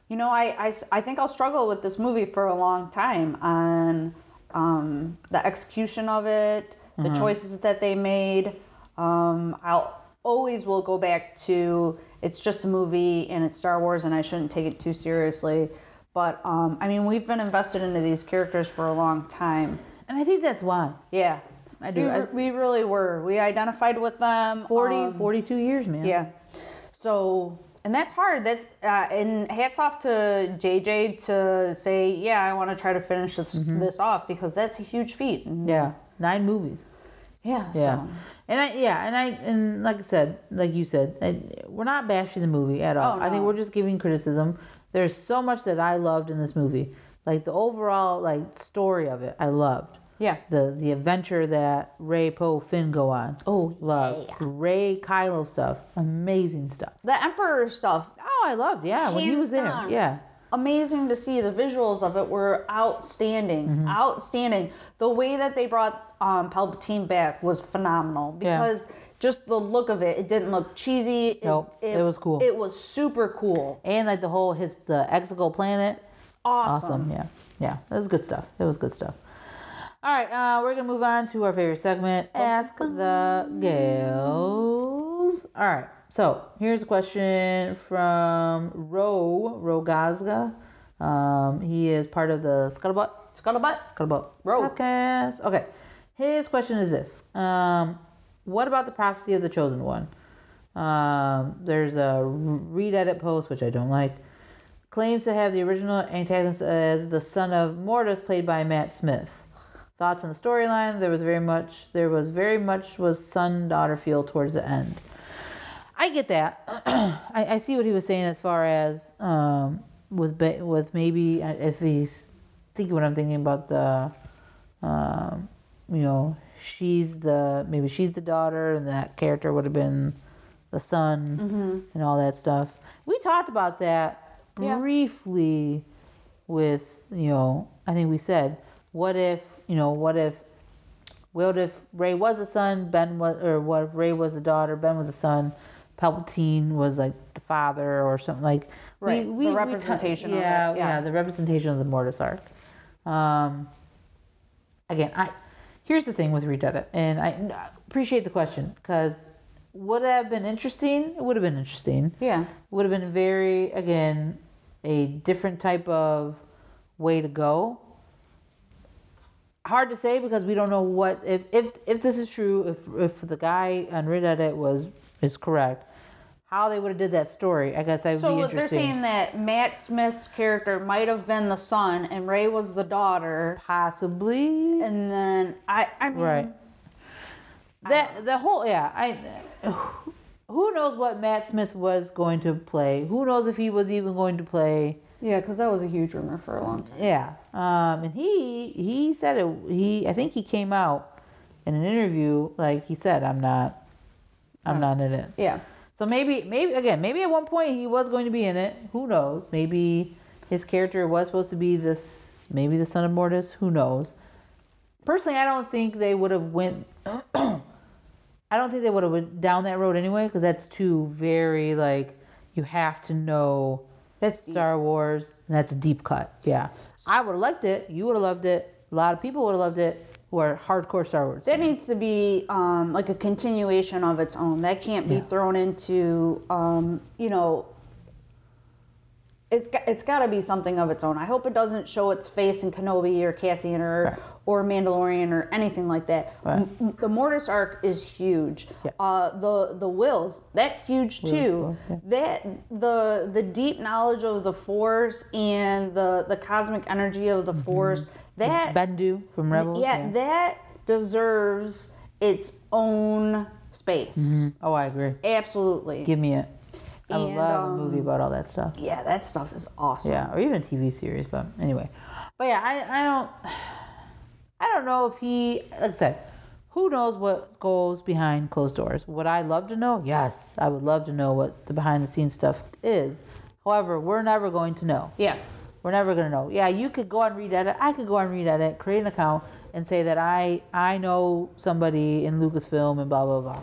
B: you know, I, I, s- I think I'll struggle with this movie for a long time on um, the execution of it,
A: Mm-hmm.
B: the choices that they made. Um, I'll always will go back to it's just a movie and it's Star Wars and I shouldn't take it too seriously. But um, I mean, we've been invested into these characters for a long time.
A: And I think that's why
B: Yeah.
A: I do.
B: We,
A: I-
B: re- we really were. We identified with them.
A: 40,
B: um,
A: 42 years, man.
B: yeah. So, and that's hard. That's uh, and hats off to JJ to say, yeah, I want to try to finish this,
A: Mm-hmm.
B: this off because that's a huge feat. And
A: yeah. Nine movies.
B: yeah.
A: Yeah.
B: So.
A: And I yeah, and I and like I said, like you said, I, we're not bashing the movie at all.
B: Oh,
A: I think
B: no.
A: we're just giving criticism. There's so much that I loved in this movie. Like the overall like story of it, I loved.
B: Yeah.
A: The the adventure that Ray, Poe, Finn go on.
B: Oh,
A: love Ray Kylo stuff, amazing stuff.
B: The Emperor stuff.
A: Oh, I loved yeah when he
B: Hands
A: was there.
B: down.
A: Yeah,
B: Amazing to see the visuals of it were outstanding,
A: Mm-hmm.
B: outstanding. The way that they brought um, Palpatine back was phenomenal
A: Yeah.
B: because just the look of it, it didn't look cheesy. It,
A: Nope, it was cool.
B: It was super cool,
A: and like the whole his the Exegol planet.
B: awesome.
A: Awesome. Yeah. Yeah. That was good stuff. It was good stuff. All right. Uh, we're going to move on to our favorite segment Ask the Gals. All right. So here's a question from Ro, Ro Gazga. Um, he is part of the Scuttlebutt.
B: Scuttlebutt.
A: Scuttlebutt
B: Ro.
A: podcast. Okay. His question is this um, What about the prophecy of the chosen one? Um, there's a read edit post, which I don't like. Claims to have the original antagonist as the son of Mortis, played by Matt Smith. Thoughts on the storyline? There was very much. There was very much was son daughter feel towards the end. I get that. I, I see what he was saying as far as um, with ba- with maybe uh, if he's thinking what I'm thinking about the, um, you know, she's the maybe she's the daughter and that character would have been the son and all that stuff. We talked about that
B: Yeah.
A: briefly with you know I think we said what if you know what if what if Ray was a son, Ben was, or what if Ray was a daughter, Ben was a son, Palpatine was like the father or something like
B: Right, the
A: kin-
B: representation of it,
A: yeah,
B: yeah.
A: yeah, the representation of the Mortis arc. Um, again, I here's the thing with Reddit, and I n- appreciate the question because would it have been interesting? It would have been interesting
B: Yeah.
A: would have been very again a different type of way to go hard to say because we don't know what if if if this is true. If if the guy on Red Edit was is correct, how they would have did that story. I guess that would
B: So
A: be
B: what
A: interesting.
B: they're saying that Matt Smith's character might have been the son and Ray was the daughter.
A: Possibly
B: And then I I mean
A: right. That the whole yeah I. Who knows what Matt Smith was going to play? Who knows if he was even going to play?
B: Yeah, because that was a huge rumor for a long time.
A: Yeah. Um, and he he said it. He I think he came out in an interview like he said, "I'm not, I'm not in it."
B: Yeah.
A: So maybe maybe again maybe at one point he was going to be in it. Who knows? Maybe his character was supposed to be this maybe the son of Mortis. Who knows? Personally, I don't think they would have went. I don't think they would have went down that road anyway because that's too very like you have to know
B: That's deep.
A: Star Wars. And that's a deep cut. Yeah. I would have liked it. You would have loved it. A lot of people would have loved it who are hardcore Star Wars.
B: That needs to be um, like a continuation of its own. That can't be thrown into, um, you know, it's got, it's got to be something of its own. I hope it doesn't show its face in Kenobi or Cassian or or Mandalorian or anything like that.
A: Right.
B: M- the Mortis arc is huge. Uh, the the Wills that's huge too.
A: Wills, yeah.
B: That the the deep knowledge of the Force and the the cosmic energy of
A: Mm-hmm.
B: the Force that
A: Bendu from Rebels.
B: yeah, that deserves its own space.
A: Oh, I agree.
B: Absolutely.
A: Give me it. I would
B: And,
A: love a movie about all that stuff.
B: yeah, that stuff is awesome.
A: Yeah, or even a TV series. But anyway, but yeah, I, I don't, I don't know if he, like I said, who knows what goes behind closed doors. Would I love to know? Yes, I would love to know what the behind the scenes stuff is. However, we're never going to know.
B: Yeah.
A: We're never gonna know. Yeah, you could go and read edit. I could go and read edit, create an account, and say that I I know somebody in Lucasfilm and blah blah blah.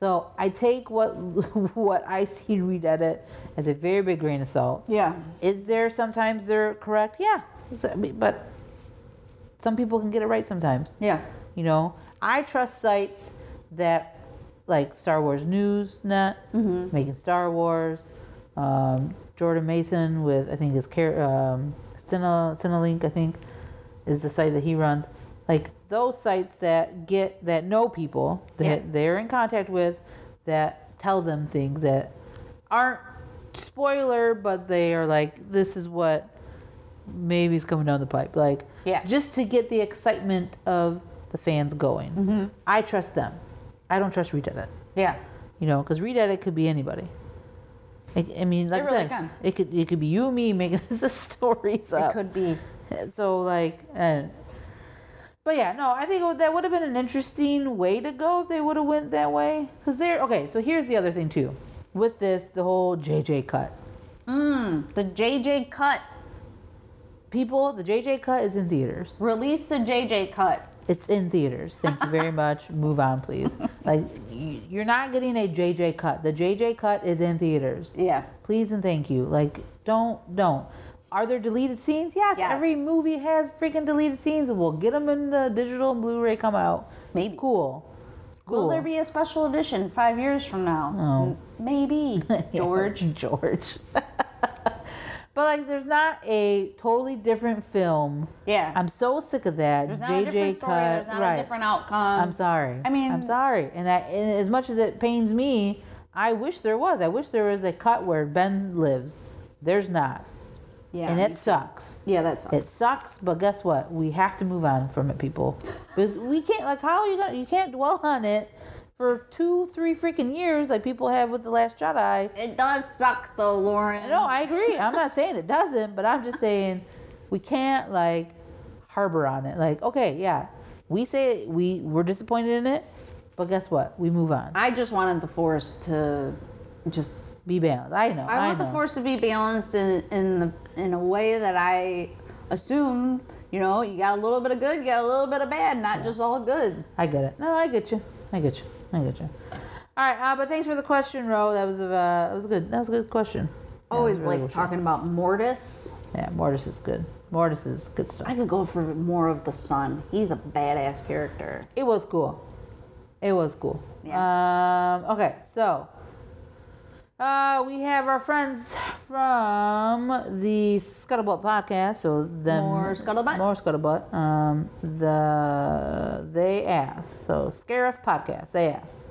A: So I take what what I see read edit as a very big grain of salt.
B: Yeah.
A: Is there sometimes they're correct? Yeah, So, I mean, but some people can get it right sometimes.
B: Yeah.
A: You know, I trust sites that like Star Wars News Net, making Star Wars, um, Jordan Mason with I think his care um, Cine, CineLink I think is the site that he runs. Like those sites that get that know people that
B: Yeah.
A: they're in contact with, that tell them things that aren't spoiler, but they are like this is what maybe is coming down the pipe. Like
B: Yeah.
A: just to get the excitement of the fans going.
B: Mm-hmm.
A: I trust them. I don't trust Reddit.
B: Yeah.
A: You know, because Reddit could be anybody. I, I mean, like I
B: It really
A: said,
B: can.
A: it could it could be you, and me making the stories
B: It
A: up.
B: could be.
A: So like, uh, but yeah, no, I think it would- that would have been an interesting way to go if they would have went that way. Cause they're okay. So here's the other thing too, with this the whole JJ cut.
B: The JJ cut.
A: People, the JJ cut is in theaters.
B: Release the JJ cut.
A: It's in theaters. Thank you very much. Move on, please. Like, y- you're not getting a JJ cut. The JJ cut is in theaters.
B: Yeah.
A: Please and thank you. Like, don't, don't. Are there deleted scenes? Yes.
B: Yes.
A: Every movie has freaking deleted scenes. We'll get them in the digital and Blu-ray come out.
B: Maybe.
A: Cool. Cool.
B: Will there be a special edition five years from now? M- Maybe. George.
A: George. but like, there's not a totally different film.
B: Yeah.
A: I'm so sick of that.
B: there's not
A: JJ
B: a different story.
A: cut.
B: There's not
A: right.
B: a different outcome.
A: I'm sorry.
B: Mm-hmm. I mean-
A: I'm sorry. And, I, and as much as it pains me, I wish there was. I wish there was a cut where Ben lives. There's not,
B: Yeah.
A: and it sucks.
B: yeah, that sucks.
A: It sucks, but guess what? We have to move on from it, people. Because we can't like how are you gonna you can't dwell on it for two, three freaking years like people have with the Last Jedi.
B: It does suck though, Lauren.
A: No, I agree. I'm not saying it doesn't, but I'm just saying we can't like harbor on it. Like, okay, yeah, we say we we're disappointed in it, but guess what? We move on.
B: I just wanted the force to just
A: Be balanced. I know.
B: I want
A: know.
B: the force to be balanced in in the in a way that I assume. You know, you got a little bit of good, you got a little bit of bad, not just all good.
A: I get it. No, I get you. I get you. I get you. All right, uh, but thanks for the question, Ro. That was a uh, that was a good. That was a good question. Yeah,
B: Always
A: that's really
B: like
A: good
B: talking about Mortis.
A: stuff. Yeah, Mortis is good. Mortis is good stuff.
B: I could go for more of the sun. He's a badass character.
A: It was cool. It was cool.
B: Yeah.
A: Um, okay, so Uh, we have our friends from the Scuttlebutt podcast. So them
B: More Scuttlebutt?
A: more Scuttlebutt. Um, the they asked. So Scarif podcast. They asked.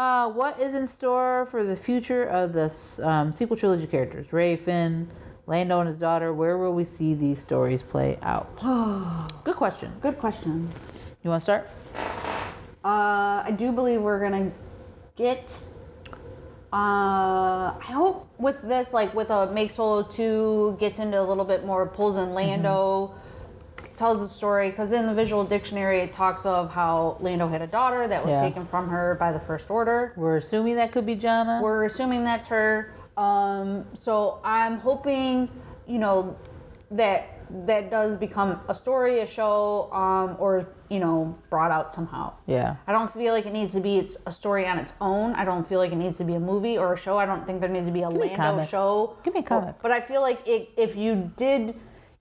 A: Uh, what is in store for the future of the um, sequel trilogy characters? Ray, Finn, Lando, and his daughter. Where will we see these stories play out? Good question.
B: Good question.
A: You want to start?
B: Uh, I do believe we're gonna get. Uh, I hope with this, like with a Make Solo two, gets into a little bit more pulls in Lando, tells the story because in the visual dictionary it talks of how Lando had a daughter that was
A: Yeah.
B: taken from her by the First Order.
A: We're assuming that could be Jana.
B: We're assuming that's her. Um, so I'm hoping, you know, that that does become a story, a show, um, or you know, brought out somehow.
A: yeah.
B: I don't feel like it needs to be its a story on its own. I don't feel like it needs to be a movie or a show. I don't think there needs to be a
A: me a
B: Lando
A: comic.
B: show.
A: Give me a
B: Or-
A: comic.
B: but I feel like it, if you did,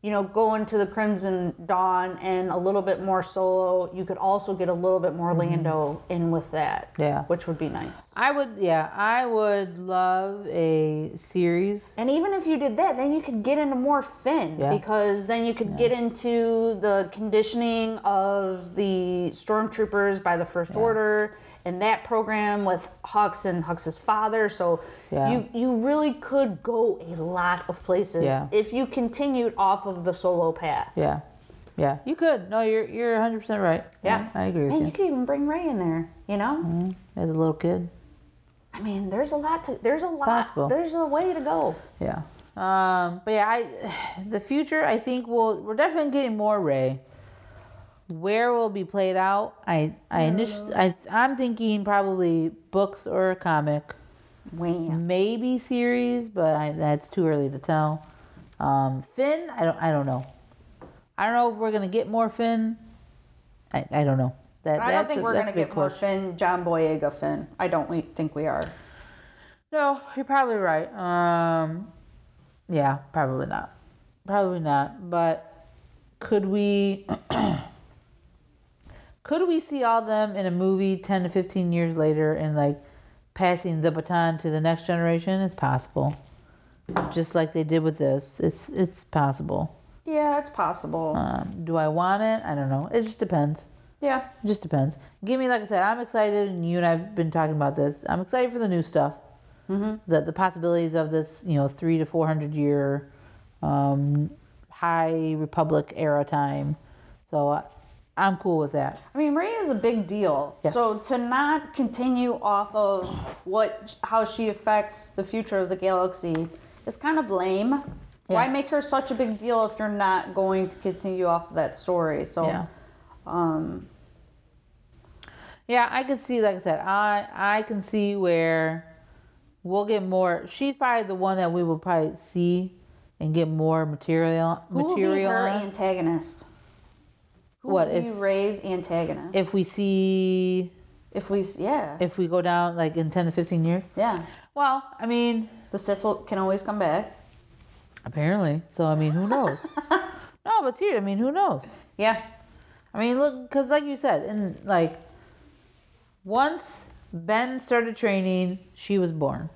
B: you know, go into the Crimson Dawn and a little bit more solo, you could also get a little bit more Lando in with that.
A: Mm-hmm. Yeah.
B: which would be nice.
A: I would, yeah, I would love a series.
B: And even if you did that, then you could get into more Finn
A: Yeah.
B: because then you could get into the conditioning of the stormtroopers by the First Order and that program with Hux and Hux's father. So
A: Yeah.
B: you you really could go a lot of places
A: Yeah.
B: if you continued off of the solo path.
A: Yeah, yeah, you could. No, you're you're 100 percent right. I agree with
B: Man,
A: you.
B: you could even bring Ray in there. You know,
A: As a little kid,
B: I mean, there's a lot to there's a lot
A: possible.
B: there's a way to go.
A: yeah. Um, but yeah, I the future. I think we'll we're definitely getting more Ray. Where will be played out? I I initially I I'm thinking probably books or a comic.
B: Wham.
A: maybe series, but I, that's too early to tell. Um, Finn, I don't, I don't know. I don't know if we're gonna get more Finn. I, I don't know. That,
B: I
A: that's
B: don't think
A: a-
B: we're
A: that's
B: going to
A: a big
B: get more
A: question.
B: Finn, John Boyega Finn. I don't we- think we are.
A: No, you're probably right. Um, yeah, probably not. Probably not. But could we? could we see all them in a movie ten to fifteen years later and like passing the baton to the next generation? It's possible. Just like they did with this, it's it's possible.
B: Yeah, it's possible.
A: Um, do I want it? I don't know. It just depends.
B: yeah.
A: It just depends. Give me, like I said, I'm excited, and you and I've been talking about this. I'm excited for the new stuff,
B: Mm-hmm.
A: the the possibilities of this, you know, three to four hundred year, um, high republic era time. So I, I'm cool with that.
B: I mean, Maria is a big deal.
A: Yes.
B: So to not continue off of what how she affects the future of the galaxy is kind of lame. Why
A: Yeah.
B: make her such a big deal if you're not going to continue off of that story? So
A: Yeah.
B: um
A: Yeah, I could see, like I said, I I can see where we'll get more. She's probably the one that we will probably see and get more material
B: who will be
A: material
B: her
A: on.
B: antagonist? Who
A: What
B: will be
A: if-
B: Ray's antagonist?
A: if we see
B: If we s- yeah.
A: if we go down like in 10 to 15 years
B: yeah.
A: well i mean
B: The Sith will, can always come back.
A: apparently so i mean who knows no but seriously i mean who knows
B: Yeah.
A: i mean look because like you said and like once ben started training she was born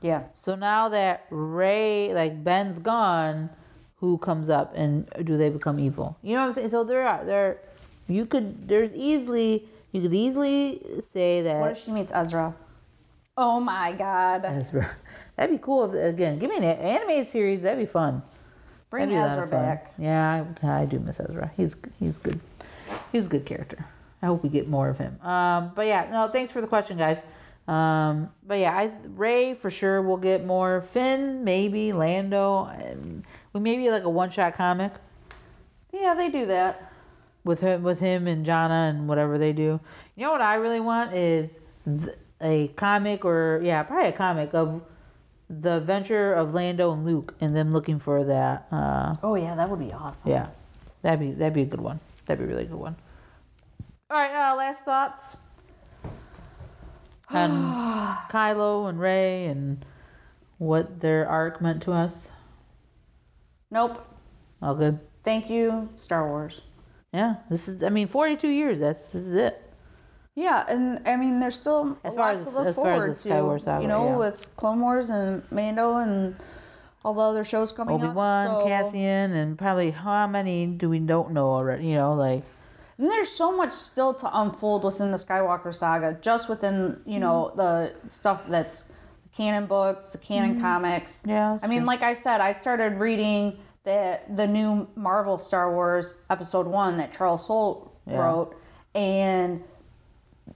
B: Yeah.
A: so now that ray like ben's gone who comes up and do they become evil you know what i'm saying so there are there you could there's easily you could easily say that
B: What if she meets Ezra? Oh my God!
A: Ezra. That'd be cool. If, again, give me an a- animated series. That'd be fun.
B: Bring
A: That'd be a lot
B: Ezra
A: of fun.
B: back.
A: Yeah, I, I do miss Ezra. He's he's good. He was a good character. I hope we get more of him. Um, but yeah, no, thanks for the question, guys. Um, but yeah, I Ray for sure will get more. Finn maybe Lando. And we maybe like a one shot comic
B: Yeah, they do that.
A: with him with him and Jana and whatever they do. You know what I really want is th- a comic or yeah, probably a comic of the adventure of Lando and Luke and them looking for that. Uh,
B: Oh yeah, that would be awesome.
A: yeah, that'd be that'd be a good one. That'd be a really good one. All right, uh, last thoughts on Kylo and Ray and what their arc meant to us.
B: Nope.
A: All good.
B: Thank you, Star Wars.
A: Yeah, this is. I mean, forty-two years. That's this is it.
C: Yeah, and I mean, there's still
A: As
C: a
A: far
C: lot
A: as-
C: to look
A: as far as
C: forward
A: the Skyward
C: to.
A: Saga,
C: You know,
A: yeah.
C: with Clone Wars and Mando and all the other shows coming
A: Obi Wan,
C: up. so-
A: Cassian, and probably how many do we don't know already? You know, like
B: And there's so much still to unfold within the Skywalker saga, just within you
A: Mm-hmm.
B: know the stuff that's the canon books, the canon comics.
A: Mm-hmm. Yeah,
B: I mean, like I said, I started reading the the new Marvel Star Wars Episode One that Charles Soule
A: Yeah.
B: wrote, and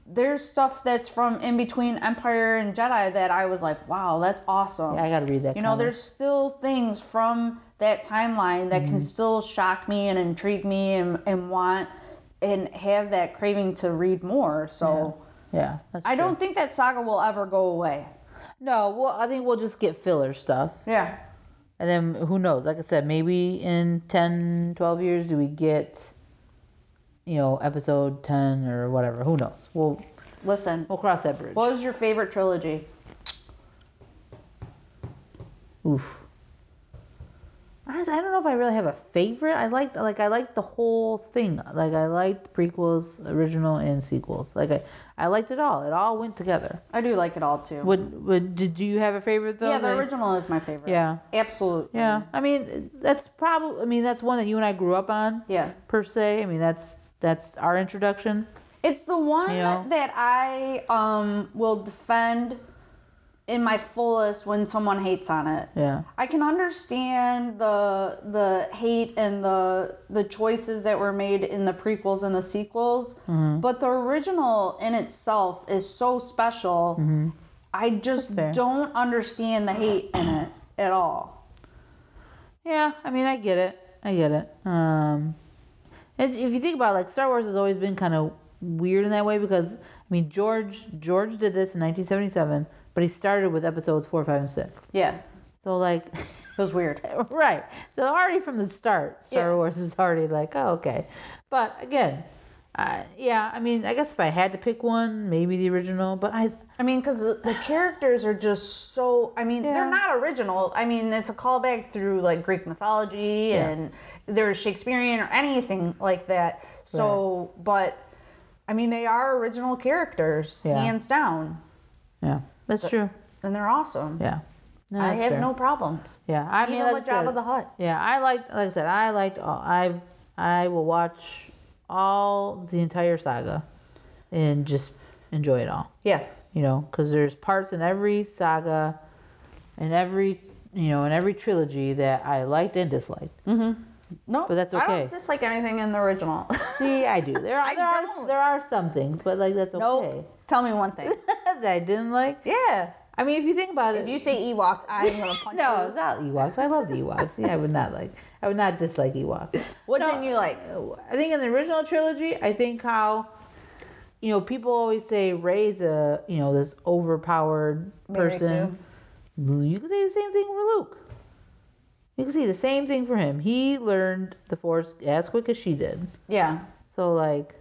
B: there's stuff that's from in between Empire and Jedi that I was like, wow, that's awesome.
A: Yeah, I gotta read that
B: You know,
A: comic.
B: there's still things from that timeline that
A: Mm-hmm.
B: can still shock me and intrigue me and, and want and have that craving to read more. So
A: yeah. that's
B: I
A: true.
B: don't think that saga will ever go away.
A: No, well, I think we'll just get filler stuff.
B: Yeah.
A: And then who knows? Like I said, maybe in 10, 12 years, do we get, you know, episode 10 or whatever? Who knows? We'll,
B: Listen,
A: we'll cross that bridge.
B: what was your favorite trilogy?
A: Oof. Honestly, I don't know if I really have a favorite. I liked like I liked the whole thing. Like I liked prequels, original and sequels. Like I, I liked it all. It all went together.
B: I do like it all too.
A: Would would did do you have a favorite though?
B: yeah, the
A: Like-
B: original is my favorite.
A: Yeah.
B: Absolutely.
A: Yeah. I mean that's probably I mean that's one that you and I grew up on.
B: Yeah.
A: Per se. I mean that's that's our introduction.
B: It's the one
A: You know?
B: that I um, will defend in my fullest when someone hates on it.
A: Yeah.
B: I can understand the the hate and the the choices that were made in the prequels and the sequels, but the original in itself is so special. I just
A: fair.
B: don't understand the hate in it at all.
A: Yeah, I mean, I get it. I get it. Um, and if you think about it, like Star Wars has always been kind of weird in that way because I mean George George did this in 1977, but he started with episodes four, five, and six.
B: Yeah,
A: So like,
B: it was weird.
A: right. So already from the start, Star
B: Yeah.
A: Wars was already like, oh okay. But again, uh, yeah. I mean, I guess if I had to pick one, maybe the original. But I
C: I mean, because the, the characters are just so. I mean,
A: Yeah.
C: they're not original. I mean, it's a callback through like Greek mythology and there's Shakespearean or anything like that. So, but I mean, they are original characters,
A: Yeah.
C: hands down,
A: yeah, that's true.
C: and they're awesome.
A: Yeah. No,
C: I
A: that's
C: have
A: fair.
C: no problems.
A: Yeah, I mean,
C: Even
A: like
C: with
A: I said-
C: Jabba the Hutt.
A: Yeah, I like like I said, I liked all, I've I will watch all the entire saga and just enjoy it all.
C: Yeah.
A: You know, cuz there's parts in every saga in every, you know, in every trilogy that I liked and disliked.
C: No,
A: But that's
C: I
A: okay.
C: don't dislike anything in the original.
A: See, I do. There are
C: I
A: there are
C: don't.
A: there are some things, but like that's
C: nope.
A: okay.
C: Tell me one thing.
A: that I didn't like.
C: yeah.
A: I mean, if you think about
C: If
A: it,
C: you say Ewoks, I'm gonna punch
A: no,
C: you.
A: not Ewoks. I love the Ewoks. yeah, I would not like. I would not dislike Ewoks.
C: What
A: No.
C: didn't you like?
A: I think in the original trilogy, I think how you know people always say Ray's a you know this overpowered
C: Mary
A: person. You can say the same thing for Luke. You can see the same thing for him. He learned the Force as quick as she did.
C: Yeah.
A: So like,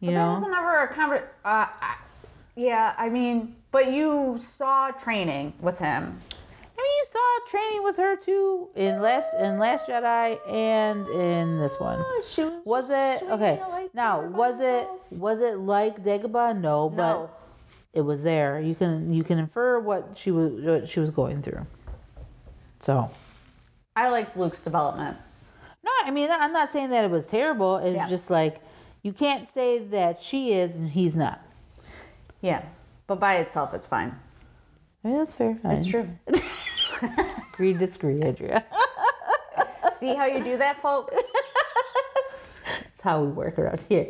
A: you
C: But
A: know,
C: that wasn't ever a conver. Uh, I- yeah, I mean, but you saw training with him.
A: I mean, you saw training with her too in last in Last Jedi and in this one.
C: Oh, She was.
A: Was it okay? Now, was it was it like Dagobah? No, but
C: No.
A: it was there. You can you can infer what she was what she was going through. So,
B: I liked Luke's development.
A: no, I mean I'm not saying that it was terrible. It's
C: Yeah.
A: just like you can't say that she is and he's not.
C: Yeah, but by itself, it's fine.
A: I mean that's fair.
C: It's true.
A: Agree, disagree, Andrea.
C: See how you do that, folks?
A: That's how we work around here.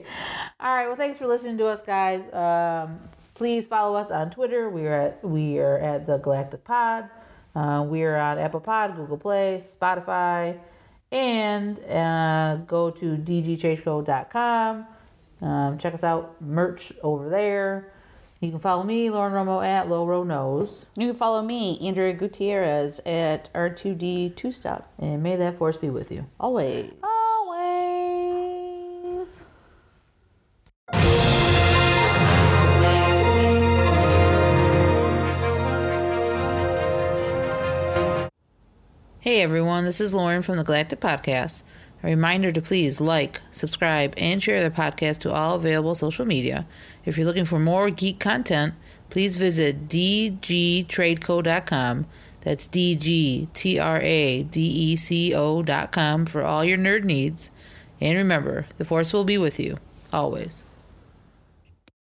A: All right. Well, thanks for listening to us, guys. Um, please follow us on Twitter. We are at we are at the Galactic Pod. Uh, we are on Apple Pod, Google Play, Spotify, and uh, go to dgchaseco.com. Um, check us out, merch over there. You can follow me, Lauren Romo at Lowro Knows,
B: You can follow me, Andrea Gutierrez, at R2D Two Step.
A: and may that force be with you
B: Always.
A: always. Hey everyone, this is Lauren from the Galactic Podcast. A reminder to please like, subscribe, and share the podcast to all available social media. If you're looking for more geek content, please visit dgtradeco.com. That's E dgtradeco.com for all your nerd needs. And remember, the force will be with you always.